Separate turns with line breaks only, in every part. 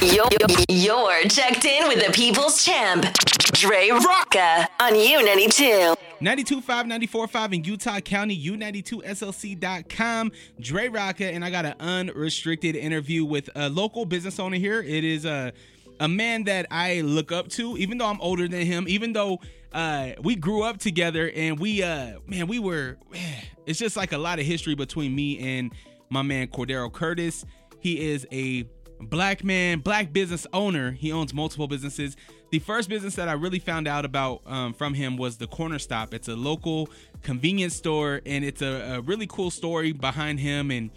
You're, you're checked in with the people's champ, Dre Rocca, on U92.
925 945 in Utah County, U92SLC.com. Dre Rocca, and I got an unrestricted interview with a local business owner here. It is a a man that I look up to, even though I'm older than him, even though uh, we grew up together and we, uh, man, we were, man, it's just like a lot of history between me and my man Cordero Curtis. He is a black man, black business owner. He owns multiple businesses. The first business that I really found out about um, from him was the Corner Stop. It's a local convenience store, and it's a, a really cool story behind him and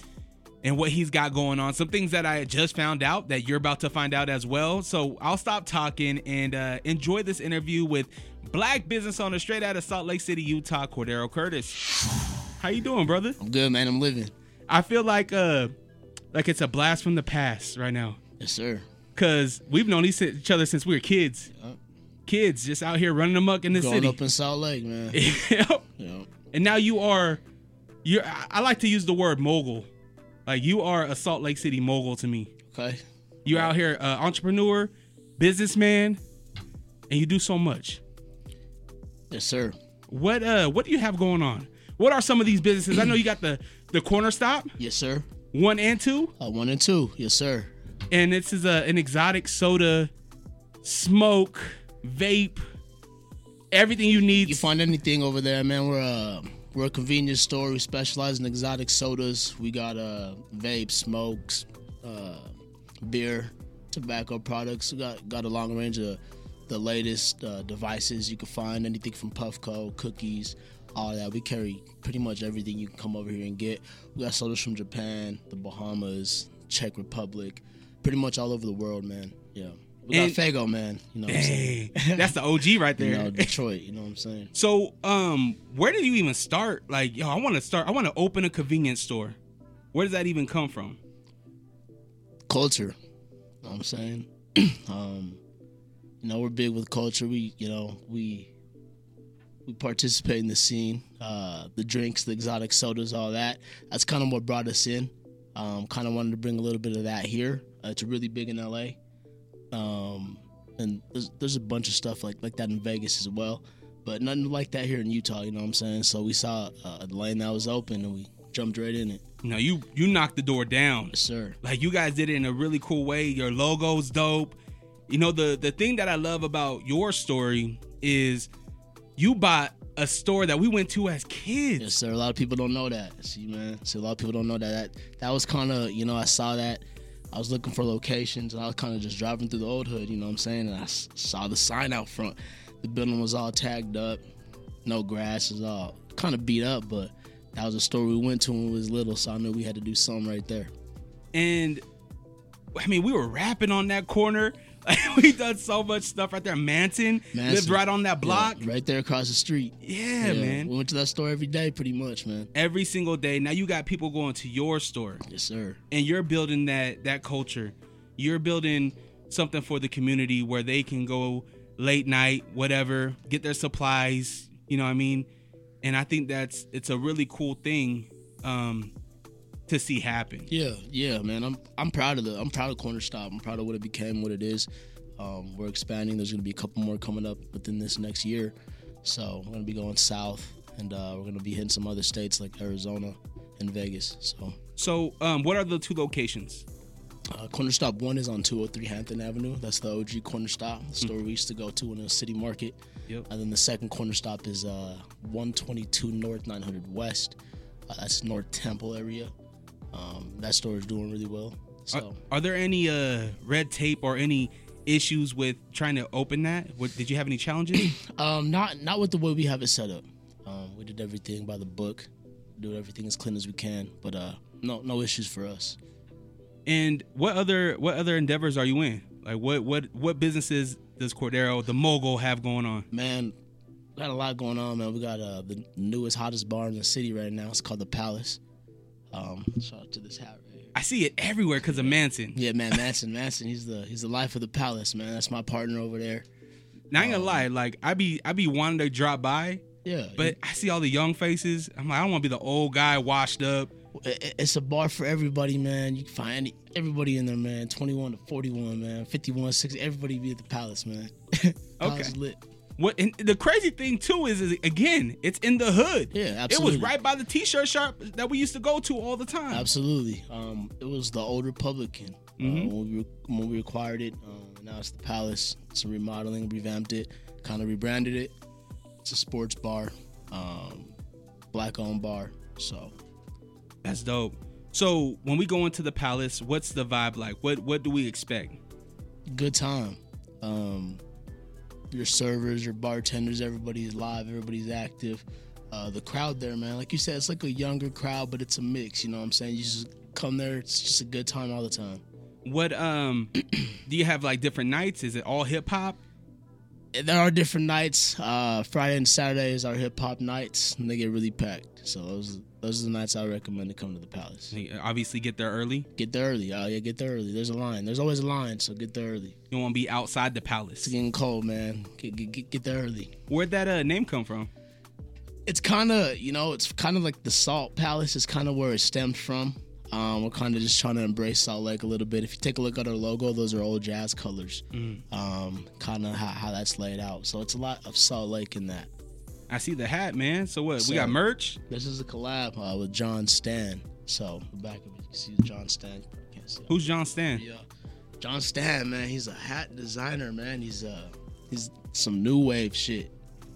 and what he's got going on. Some things that I just found out that you're about to find out as well. So I'll stop talking and uh, enjoy this interview with black business owner straight out of Salt Lake City, Utah, Cordero Curtis. How you doing, brother?
I'm good, man. I'm living.
I feel like uh like it's a blast from the past right now.
Yes, sir.
Cause we've known each other since we were kids.
Yep.
Kids just out here running amok in the
Growing
city.
up in Salt Lake, man.
Yep.
Yep.
And now you are you I I like to use the word mogul. Like you are a Salt Lake City mogul to me.
Okay.
You're out here, uh, entrepreneur, businessman, and you do so much.
Yes, sir.
What uh, what do you have going on? What are some of these businesses? I know you got the the corner stop
Yes, sir.
one and two,
Uh, one and two. Yes, sir.
and this is a, an exotic soda, smoke, vape, everything you need.
You find anything over there, man? We're uh, we're a convenience store. We specialize in exotic sodas. We got uh, vape, smokes, uh, beer, tobacco products. We got got a long range of the latest uh, devices you can find. Anything from Puffco, cookies, all that. We carry pretty much everything you can come over here and get. We got sodas from Japan, the Bahamas, Czech Republic, pretty much all over the world, man. Yeah. We got
And-
Fago, man. You know what I'm saying?
Dang, that's the OG right there.
You know, Detroit, you know what I'm saying?
So, um, where did you even start? Like, yo, I want to start. I want to open a convenience store. Where does that even come from?
culture. Know what I'm saying? um, you know, we're big with culture. We, you know, we we participate in the scene, uh, the drinks, the exotic sodas, all that. That's kind of what brought us in. Um, kind of wanted to bring a little bit of that here. Uh, it's really big in LA, um, and there's, there's a bunch of stuff like like that in Vegas as well, but nothing like that here in Utah. You know what I'm saying? So we saw uh, a lane that was open, and we jumped right in it.
No, you you knocked the door down.
Yes, sir.
Like you guys did it in a really cool way. Your logo's dope. You know the the thing that I love about your story is you bought a store that we went to as kids.
Yes, sir. A lot of people don't know that. See, man. See, a lot of people don't know that. That that was kind of, you know, I saw that. I was looking for locations, and I was kind of just driving through the old hood. You know what I'm saying? And I s- saw the sign out front. The building was all tagged up, no grass, it was all kind of beat up. But that was a store we went to when we was little, so I knew we had to do something right there.
And I mean, we were rapping on that corner. we done so much stuff right there. Manson, lived
Manson.
right on that block.
Yeah, right there across the street.
Yeah, man.
We went to that store every day, pretty much, man.
Every single day. Now you got people going to your store.
Yes, sir.
and you're building that that culture you're building something for the community where they can go late night whatever get their supplies you know what i mean and i think that's it's a really cool thing um to see happen
Yeah, yeah, man. I'm I'm proud of the I'm proud of Corner Stop. I'm proud of what it became, what it is. Um, we're expanding. There's gonna be a couple more coming up within this next year. So we're gonna be going south, and uh, we're gonna be hitting some other states like Arizona and Vegas. So
so um what are the two locations
uh, Corner Stop One is on 203 Hampton Avenue. That's the OG Corner Stop, the store we used to go to in the city market.
Yep.
And then the second Corner Stop is uh, 122 North 900 West. Uh, that's North Temple area. Um, that store is doing really well. So.
are, are there any uh red tape or any issues with trying to open that what, did you have any challenges
Um, not not with the way we have it set up. Um, we did everything by the book, do everything as clean as we can, but uh, no no issues for us.
and what other what other endeavors are you in like what what what businesses does cordero the mogul have going on
Man, got a lot going on, man. We got uh, the newest hottest bar in the city right now. It's called the Palace. Um, shout out to this hat right here.
I see it everywhere because of Manson.
Yeah, man, Manson, Manson, he's the he's the life of the Palace, man. That's my partner over there.
Now I ain't gonna lie, like I be I be wanting to drop by,
Yeah,
but I see all the young faces. I'm like, I don't want to be the old guy washed up.
it- it's a bar for everybody, man. You can find any- everybody in there, man. 21 to 41, man. 51, 60. Everybody be at the palace, man.
Okay.
Palace lit.
What and the crazy thing too is, is again, it's in the hood.
Yeah,
It
absolutely.
was right by the t-shirt shop that we used to go to all the time.
Absolutely. Um, it was the old Republican uh,
Mhm.
when, we, when we acquired it. Um, now it's the Palace. It's a remodeling, revamped it, kind of rebranded it. It's a sports bar, um, black owned bar. So
That's dope. So when we go into the palace, what's the vibe like? What what do we expect?
good time. Um, your servers, your bartenders, everybody's live, everybody's active. Uh, the crowd there, man, like you said, it's like a younger crowd, but it's a mix. You know what I'm saying? You just come there, it's just a good time all the time.
What um do you have like different nights? Is it all hip hop?
there are different nights. Uh, Friday and Saturdays are hip hop nights, and they get really packed. So those those are the nights I recommend to come to the Palace.
uh, Obviously, get there early.
Get there early. Oh yeah, get there early. There's a line. There's always a line, so get there early.
You want to be outside the palace.
It's getting cold, man. Get get, get, get there early.
Where'd that uh, name come from?
It's kind of you know, it's kind of like the Salt Palace is kind of where it stemmed from. Um, we're kind of just trying to embrace Salt Lake a little bit. If you take a look at our logo, those are old jazz colors. Um, kind of how, how that's laid out. So it's a lot of Salt Lake in that.
I see the hat, man. So what? we
So-
got merch.
This is a collab uh, with John Stan. So the back of it, you can see John Stan. Can't see.
Who's John Stan?
Yeah, John Stan, man, he's a hat designer, man. He's uh, he's some new wave shit.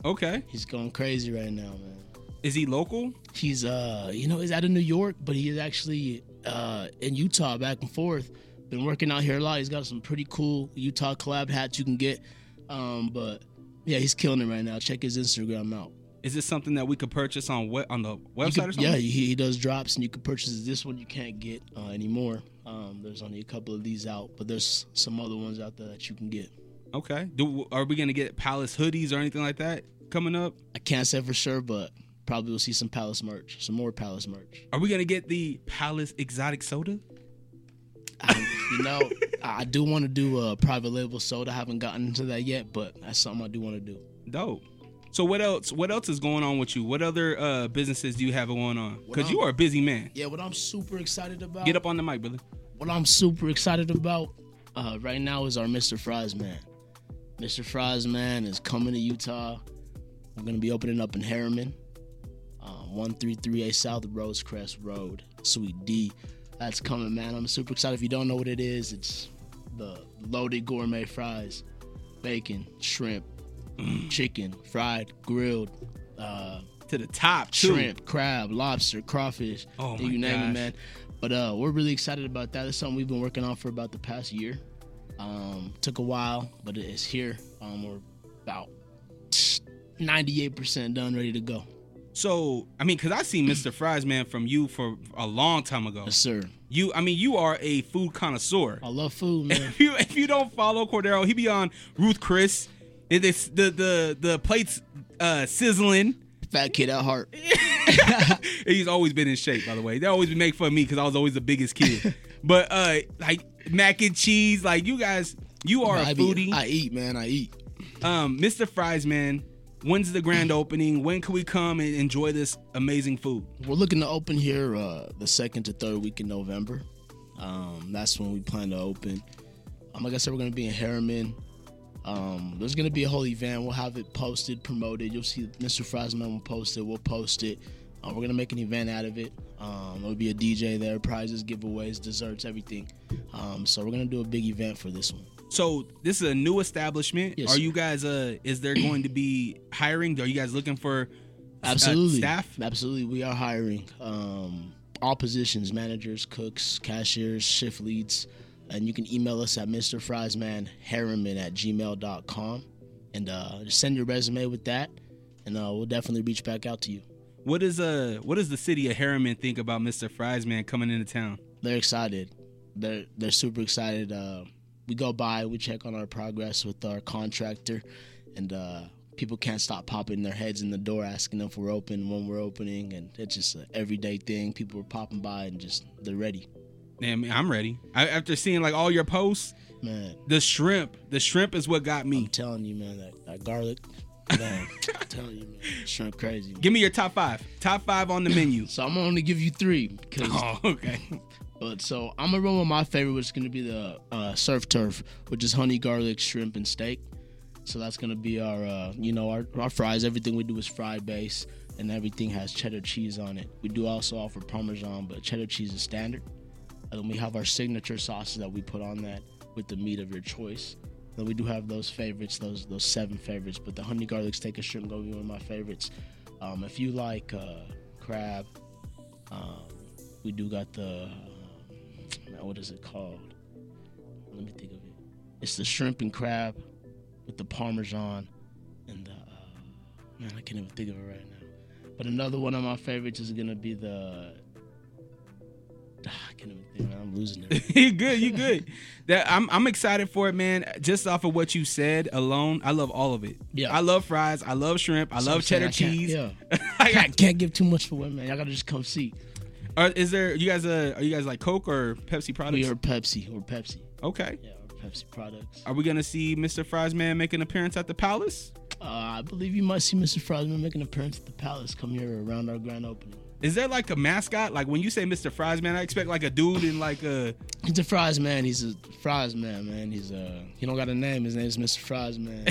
Okay.
He's going crazy right now, man.
Is he local?
He's uh, you know, he's out of New York, but he is actually uh in Utah, back and forth. Been working out here a lot. He's got some pretty cool Utah collab hats you can get. Um, but yeah, he's killing it right now. Check his Instagram out.
Is this something that we could purchase on what on the
You
website
could-
or something?
Yeah, he, he does drops, and you can purchase this one. You can't get uh, anymore. Um, there's only a couple of these out, but there's some other ones out there that you can get.
Okay. Do are we gonna get palace hoodies or anything like that coming up?
I can't say for sure, but probably we'll see some Palace merch, some more Palace merch.
Are we gonna get the palace exotic soda?
I, you know, I I do want to do a private label soda. I haven't gotten into that yet, but that's something I do want to do.
Dope. So what else? What else is going on with you? What other uh, businesses do you have going on? Because you are a busy man.
Yeah, what I'm super excited about.
Get up on the mic, brother.
what I'm super excited about uh, right now is our Mr. Fries Man. Mr. Fries Man is coming to Utah. We're gonna be opening up in Harriman, um, 1338 South Rosecrest Road, Suite D. That's coming, man. I'm super excited. If you don't know what it is, it's the loaded gourmet fries, bacon, shrimp, chicken, fried, grilled, uh,
To the top, too.
shrimp, crab, lobster, crawfish.
Oh my
you name
gosh.
it, man. But uh, we're really excited about that. It's something we've been working on for about the past year. Um, took a while, but it is here. Um, we're about 98% done, ready to go.
So I mean, because I seen Mr. Fries Man from you for a long time ago.
Yes, sir.
You, I mean, you are a food connoisseur.
I love food, man.
If you if you don't follow Cordero, he be on Ruth Chris. It is the the the plates uh, sizzling.
Fat kid at heart.
He's always been in shape, by the way. They always make fun of me because I was always the biggest kid. but uh, like mac and cheese, like you guys, you are a
I,
foodie.
be, I eat, man. I eat.
um, Mr. Fries Man, when's the grand opening? When can we come and enjoy this amazing food?
We're looking to open here uh, the second to third week in November. Um, that's when we plan to open. Um, like I said, we're going to be in Harriman. Um, there's going to be a whole event. We'll have it posted, promoted. You'll see Mr. Friesman will post it. We'll post it. Uh, we're going to make an event out of it. Um, there'll be a DJ there, prizes, giveaways, desserts, everything. Um, so we're going to do a big event for this one.
So this is a new establishment.
Yes,
are
sir.
you guys? Uh, is there going to be hiring? Are you guys looking for uh,
Absolutely.
staff?
Absolutely. We are hiring um, all positions managers, cooks, cashiers, shift leads. And you can email us at Mr. Friesman at gmail.com and uh, just send your resume with that. And uh, we'll definitely reach back out to you.
What is uh what does the city of Harriman think about Mr. Fries Man coming into town?
They're excited. They're they're super excited. Uh, we go by, we check on our progress with our contractor, and uh, people can't stop popping their heads in the door asking if we're open, when we're opening, and it's just an everyday thing. People are popping by and just they're ready.
Damn, man, I'm ready. I, after seeing like all your posts,
Man,
the shrimp, the shrimp is what got
I'm
me.
telling you, man, that, that garlic Man, I'm telling you, man, shrimp crazy.
Give me your top five. Top five on the menu.
So I'm gonna only give you three because.
Oh, okay.
But so I'm gonna run with my favorite, which is gonna be the uh, surf turf, which is honey, garlic, shrimp, and steak. So that's gonna be our, uh, you know, our, our fries. Everything we do is fried base, and everything has cheddar cheese on it. We do also offer parmesan, but cheddar cheese is standard. And then we have our signature sauces that we put on that with the meat of your choice. Then we do have those favorites, those those seven favorites. But the honey, garlic, steak, and shrimp gonna be one of my favorites. Um, if you like uh, crab, um, we do got the now what is it called? Let me think of it. It's the shrimp and crab with the parmesan and the uh, man. I can't even think of it right now. But another one of my favorites is gonna be the. ah, I can't even think. Man, I'm losing it.
you good. You good. That I'm. I'm excited for it, man. Just off of what you said alone, I love all of it.
Yeah.
I love fries. I love shrimp. I
So I'm
love
saying
cheddar
I can't-
cheese.
yeah.
I
I can't give too much for women. Y'all gotta just come see.
Are, is there you guys? Uh, are you guys like Coke or Pepsi products?
We are Pepsi. We're Pepsi.
okay.
Yeah, we're Pepsi products.
Are we gonna see Mr. Fries Man make an appearance at the Palace?
Uh, I believe you might see Mr. Friesman make an appearance at the Palace. Come here around our grand opening.
Is there like a mascot? Like when you say Mr. Fries Man, I expect like a dude in like a.
He's a fries man. He's a fries man, man. He's a he don't got a name. His name is Mr. Fries Man.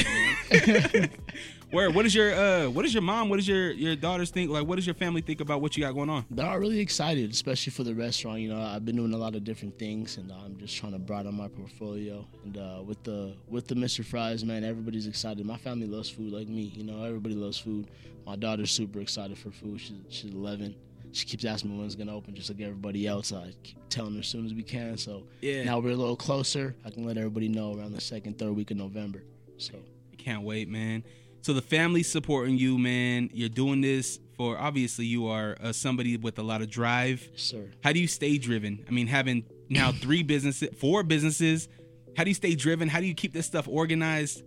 Where? What is your uh? What is your mom? What does your your daughters think? Like what does your family think about what you got going on?
They're all really excited, especially for the restaurant. You know, I've been doing a lot of different things, and I'm just trying to broaden my portfolio. And uh, with the with the Mr. Fries man, everybody's excited. My family loves food, like me. You know, everybody loves food. My daughter's super excited for food. She's she's 11. She keeps asking me when it's gonna open, just like everybody else. I keep telling her as soon as we can. So
Yeah.
now we're a little closer. I can let everybody know around the second, third week of November. So.
Can't wait, man. So the family's supporting you, man. You're doing this for obviously you are uh, somebody with a lot of drive.
Yes, sir.
How do you stay driven? I mean, having now three businesses, four businesses. How do you stay driven? How do you keep this stuff organized?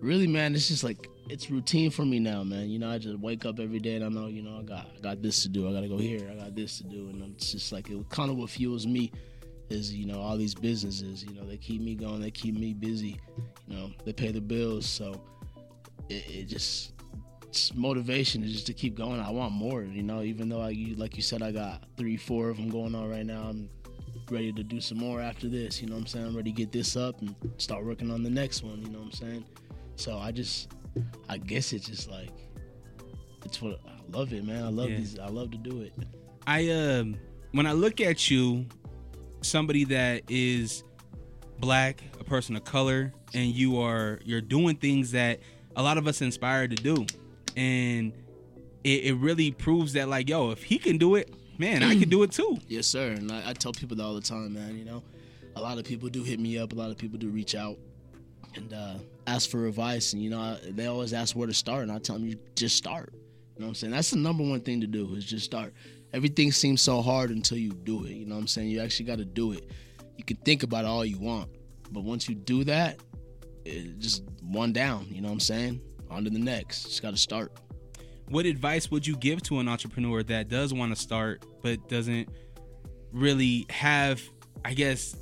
really man it's just like it's routine for me now man you know i just wake up every day and i know you know i got i got this to do i gotta go here i got this to do and i'm it's just like it kind of what fuels me is you know all these businesses you know they keep me going they keep me busy you know they pay the bills so it, it just it's motivation is just to keep going i want more you know even though i you, like you said i got three four of them going on right now i'm ready to do some more after this you know what i'm saying i'm ready to get this up and start working on the next one you know what i'm saying so I just, I guess it's just like, it's what I love it, man. I love
Yeah.
these. I love to do it.
I um when I look at you, somebody that is black, a person of color, and you are you're doing things that a lot of us inspire to do. And it, it really proves that like, yo, if he can do it, man, I can do it too.
Yes, sir. And I, I tell people that all the time, man. You know, a lot of people do hit me up. A lot of people do reach out and uh, ask for advice. And you know, I, they always ask where to start, and I tell them you just start. You know what I'm saying? That's the number one thing to do is just start. Everything seems so hard until you do it. You know what I'm saying? You actually got to do it. You can think about it all you want, but once you do that, it, just one down. You know what I'm saying? On to the next. Just got to start.
what advice would you give to an entrepreneur that does want to start but doesn't really have i guess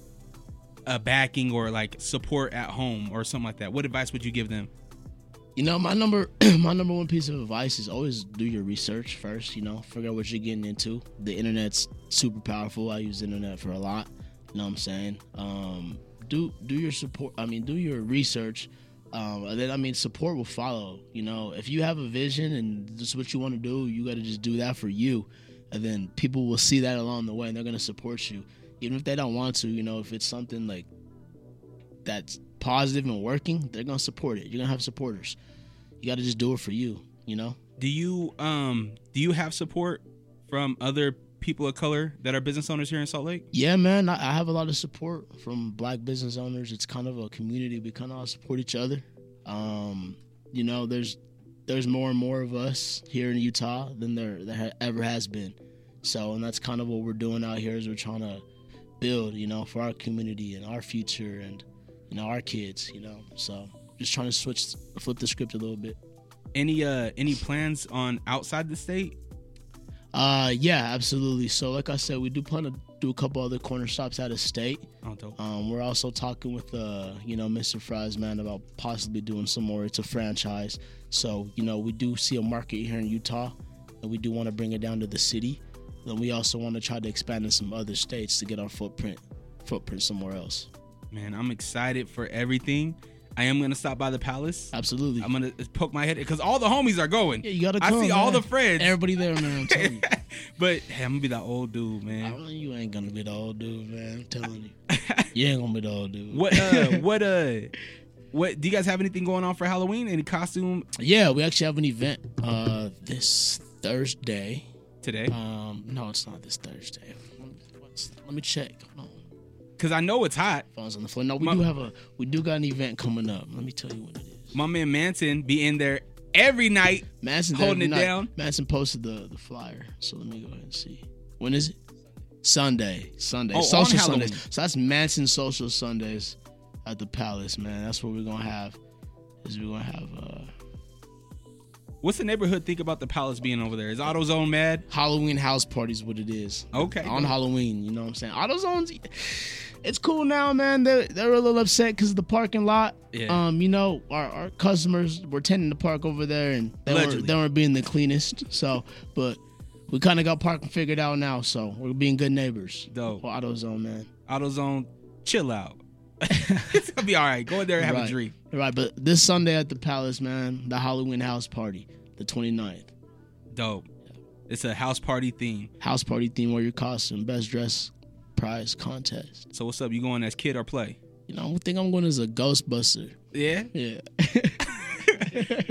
a backing or like support at home or something like that what advice would you give them
You know, my number my number one piece of advice is always do your research first, you know, figure out what you're getting into. The internet's super powerful. I use the internet for a lot. You know what I'm saying? Um do do your support I mean do your research. Um and then I mean support will follow. You know, if you have a vision and this is what you want to do, you gotta just do that for you. And then people will see that along the way and they're gonna support you. Even if they don't want to, you know, if it's something like that's positive and working, they're gonna support it. You're gonna have supporters. You gotta just do it for you, you know?
do you um do you have support from other people of color that are business owners here in salt lake
Yeah, man, I, I have a lot of support from black business owners. It's kind of a community. We kind of all support each other. Um, you know, there's there's more and more of us here in Utah than there, there ha- ever has been. So, and that's kind of what we're doing out here is we're trying to build, you know, for our community and our future and you know our kids, you know. So, just trying to switch flip the script a little bit.
any uh any plans on outside the state
Uh, yeah, absolutely. So, like I said, we do plan to do a couple other corner stops out of state.
Oh, dope.
Um, we're also talking with uh, you know, Mr. Fries man about possibly doing some more. It's a franchise, so you know we do see a market here in Utah, and we do want to bring it down to the city. Then we also want to try to expand in some other states to get our footprint footprint somewhere else.
Man, I'm excited for everything. I am gonna stop by the palace.
Absolutely.
I'm gonna poke my head because all the homies are going.
yeah, you gotta.
I
Come,
see all the
man.
friends.
Everybody there, man. I'm telling you.
but hey, I'm gonna be that old dude,
I
man.
don't- you ain't gonna be the old dude, man. I'm telling you. You ain't gonna be the old dude.
What uh what uh what do you guys have anything going on for Halloween? Any costume
Yeah, we actually have an event uh this Thursday.
today?
Um, no, it's not this Thursday. What's- Let me check. Hold on.
Cause I know it's hot.
Phone's on the floor. No, we
My-
do have a we do got an event coming up. Let me tell you what it is.
My man Manson be in there every night.
Madison
Holding it
not-
down.
Madison posted the the flyer, so let me go ahead and see. When is it? Sunday, Sunday,
Oh,
social
on Halloween.
Sundays. So that's Manson social Sundays at the Palace, man. That's what we're gonna have. Is we're gonna have uh,
What's the neighborhood think about the palace being over there? Is AutoZone mad?
Halloween house parties. What it is?
Okay.
on Halloween. You know what I'm saying? AutoZone's, it's cool now, man. They're, they're a little upset because the parking lot.
Yeah.
Um, you know, our, our customers were tending to park over there and they
Allegedly.
weren't, they weren't being the cleanest. So, but we kind of got parking figured out now. So we're being good neighbors.
Dope.
For AutoZone, man.
AutoZone, chill out. it's gonna be all right. Go in there and have
Right.
a drink.
Right. But this Sunday at the Palace, man, the Halloween house party, the 29th.
Dope. It's a house party theme.
House party theme, wear your costume, best dress prize contest.
So what's up? You going as kid or play?
You know, I think I'm going as a Ghostbuster.
Yeah.
Yeah.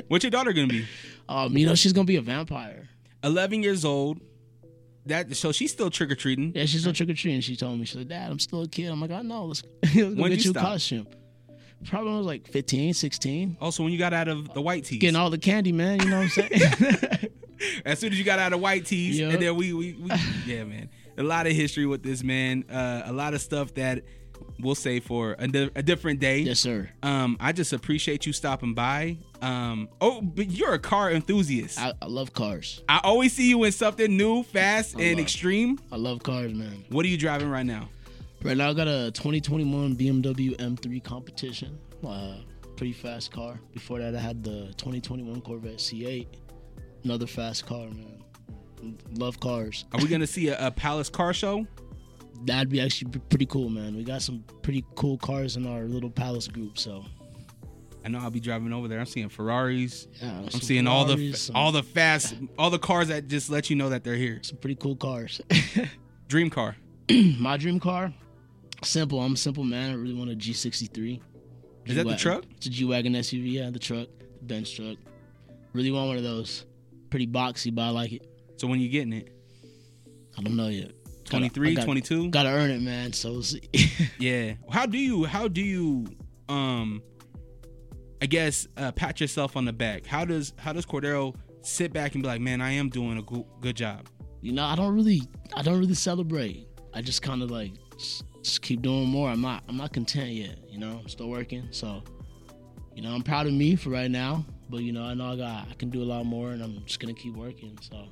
What's your daughter gonna be?
Um, you know, she's gonna be a vampire.
11 years old. That so she's still trick or treating.
Yeah, she's still trick or treating. She told me, she's like, Dad, I'm still a kid. I'm like, I know. Let's, let's go
When'd
get
you
you a
stop?
costume. Probably when I was like 15, 16.
Also, when you got out of the white tees,
Getting all the candy, man. You know what I'm saying?
as soon as you got out of white tees,
Yup.
and then we, we, we yeah, man, a lot of history with this man, uh, a lot of stuff that we'll say for a, di- a different day.
yes, sir.
Um, I just appreciate you stopping by. Um, oh, but you're a car enthusiast. I,
I, I love cars.
always see you in something new, fast,
I
and
love-
extreme.
I love cars, man.
What are you driving right now?
Right now, I got a 2021 BMW M3 competition. Uh, pretty fast car. Before that, I had the 2021 Corvette C8. Another fast car, man. Love cars.
Are we gonna see a, a Palace car show?
That'd be actually p- pretty cool, man. We got some pretty cool cars in our little palace group, so
I know I'll be driving over there. I'm seeing Ferraris.
yeah,
I'm seeing all the all the fast all the cars that just let you know that they're here.
some pretty cool cars.
Dream car.
My dream car, simple. I'm a simple man. I really want a G63.
Is that the
G-Wagon.
truck?
It's a G wagon SUV. Yeah, the truck, the bench truck. Really want one of those. Pretty boxy, but I like it.
So when you getting it?
I don't know yet.
23,
got
22?
Gotta earn it, man. So we'll see.
Yeah. How do you how do you um I guess uh, pat yourself on the back? How does how does Cordero sit back and be like, "Man, I am doing a goo- good job."
you know, I don't really, I don't really celebrate. I just kind of like s- just keep doing more. I'm not, I'm not content yet. You know, I'm still working. So, you know, I'm proud of me for right now. But you know, I know I got, I can do a lot more, and I'm just gonna keep working. So,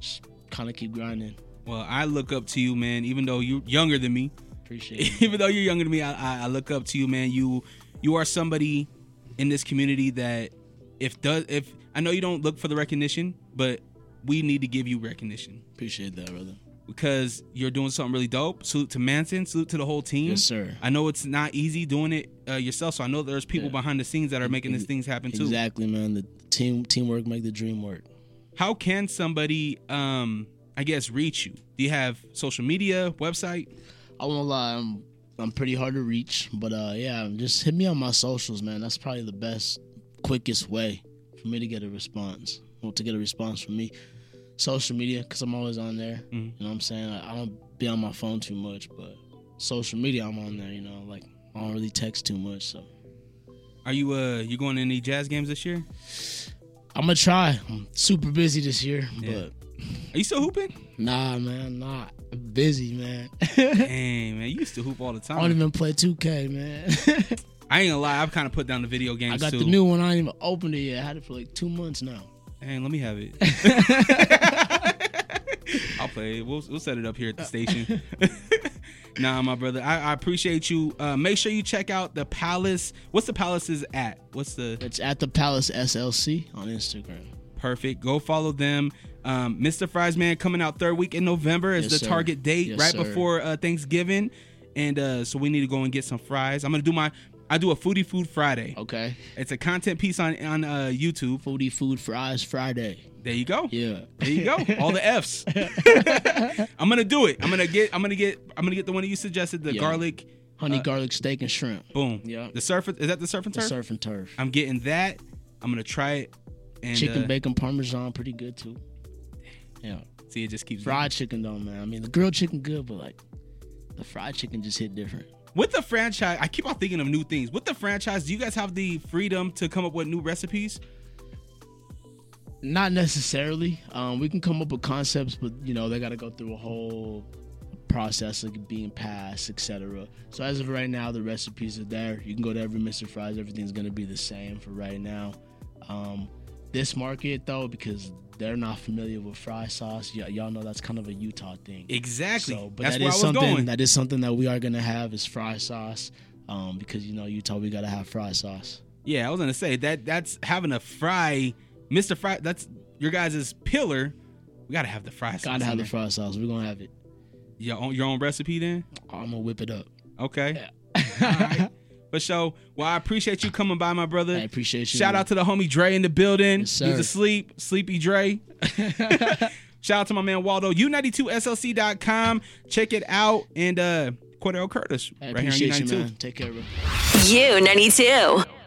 just kind of keep grinding.
Well, I look up to you, man, even though you're younger than me.
Appreciate it.
even though you're younger than me, I, I, I look up to you, man. You you are somebody in this community that if does if I know you don't look for the recognition, but we need to give you recognition
Appreciate that, brother.
because you're doing something really dope. Salute to Manson, salute to the whole team.
Yes, sir.
I know it's not easy doing it uh, yourself, so I know there's people
Yeah. Mm-hmm.
behind the scenes that are making these things happen too.
Exactly, man. The team, teamwork make the dream work.
How can somebody, um, I guess, reach you? Do you have social media, website?
I won't lie, I'm I'm pretty hard to reach, but uh yeah, just hit me on my socials, man. That's probably the best, quickest way for me to get a response. Well, to get a response from me, social media, cause I'm always on there.
Mhm.
You know what I'm saying? I, I don't be on my phone too much, but social media, I'm on there. You know, like I don't really text too much, so
Are you uh you going to any jazz games this year?
I'm gonna try. I'm super busy this year,
Yeah. Are you still hooping?
but nah, man, not busy, man.
Dang, man, you used to hoop all the
I don't
time.
even play 2K, man.
I ain't gonna lie, I've kind of put down the video games
I got
too.
the new one. I ain't even opened it yet. I had it for like two months now.
Dang, let me have it. I'll play. it. We'll, we'll set it up
Uh.
here at the station. nah, my brother. I, I appreciate you. Uh, make sure you check out the Palace. What's the Palace's at? What's the
It's at the Palace SLC on Instagram.
perfect? Go follow them. Um, Mr. Fries Man coming out third week in November is
Yes,
the
sir.
target date
Yes,
right
sir.
before uh, Thanksgiving, and uh, so we need to go and get some fries. I'm gonna do my. I do a foodie food Friday.
Okay.
It's a content piece on on uh, YouTube.
Foodie Food Fries Friday.
There you go.
Yeah.
There you go. All the F's. I'm gonna do it. I'm gonna get. I'm gonna get. I'm gonna get the one that you suggested. The
Yeah.
garlic. Uh,
Honey garlic steak and shrimp.
Boom.
Yeah.
The surf. Is that the surf and
The
turf?
surf and turf.
I'm getting that. I'm gonna try it. And
Chicken
uh,
bacon parmesan, pretty good too. Yeah.
See, it just keeps
Fried chicken though, man. I mean the grilled chicken good, but like the fried chicken just hit different.
With the franchise, I keep on thinking of new things. With the franchise, do you guys have the freedom to come up with new recipes?
Not necessarily. Um, we can come up with concepts, but you know they got to go through a whole process of being passed, etc. So as of right now, the recipes are there. You can go to every Mr. Fries. Everything's gonna be the same for right now. Um, this market though, because they're not familiar with fry sauce, y- y'all know that's kind of a Utah thing.
Exactly.
So, but
That's
that
where I
is
was
something
going.
that is something that we are gonna have is fry sauce, um, because you know Utah we gotta have fry sauce.
yeah, I was gonna say that. That's having a fry, Mr. Fry. That's your guys' pillar. We gotta have the fry. sauce
Gotta
in
have the
there.
fry sauce. We're gonna have it.
Your own, your own recipe then.
I'm gonna whip it up.
Okay. All right. But so, well, I appreciate you coming by, my brother.
I appreciate you.
Shout out to the homie Dre in the building.
Yes,
He's
sir.
asleep. Sleepy Dre. Shout out to my man Waldo. U92SLC.com. Check it out. And uh Cordell Curtis.
I
right here on
appreciate you,
U92.
man. Take care, bro.
U92.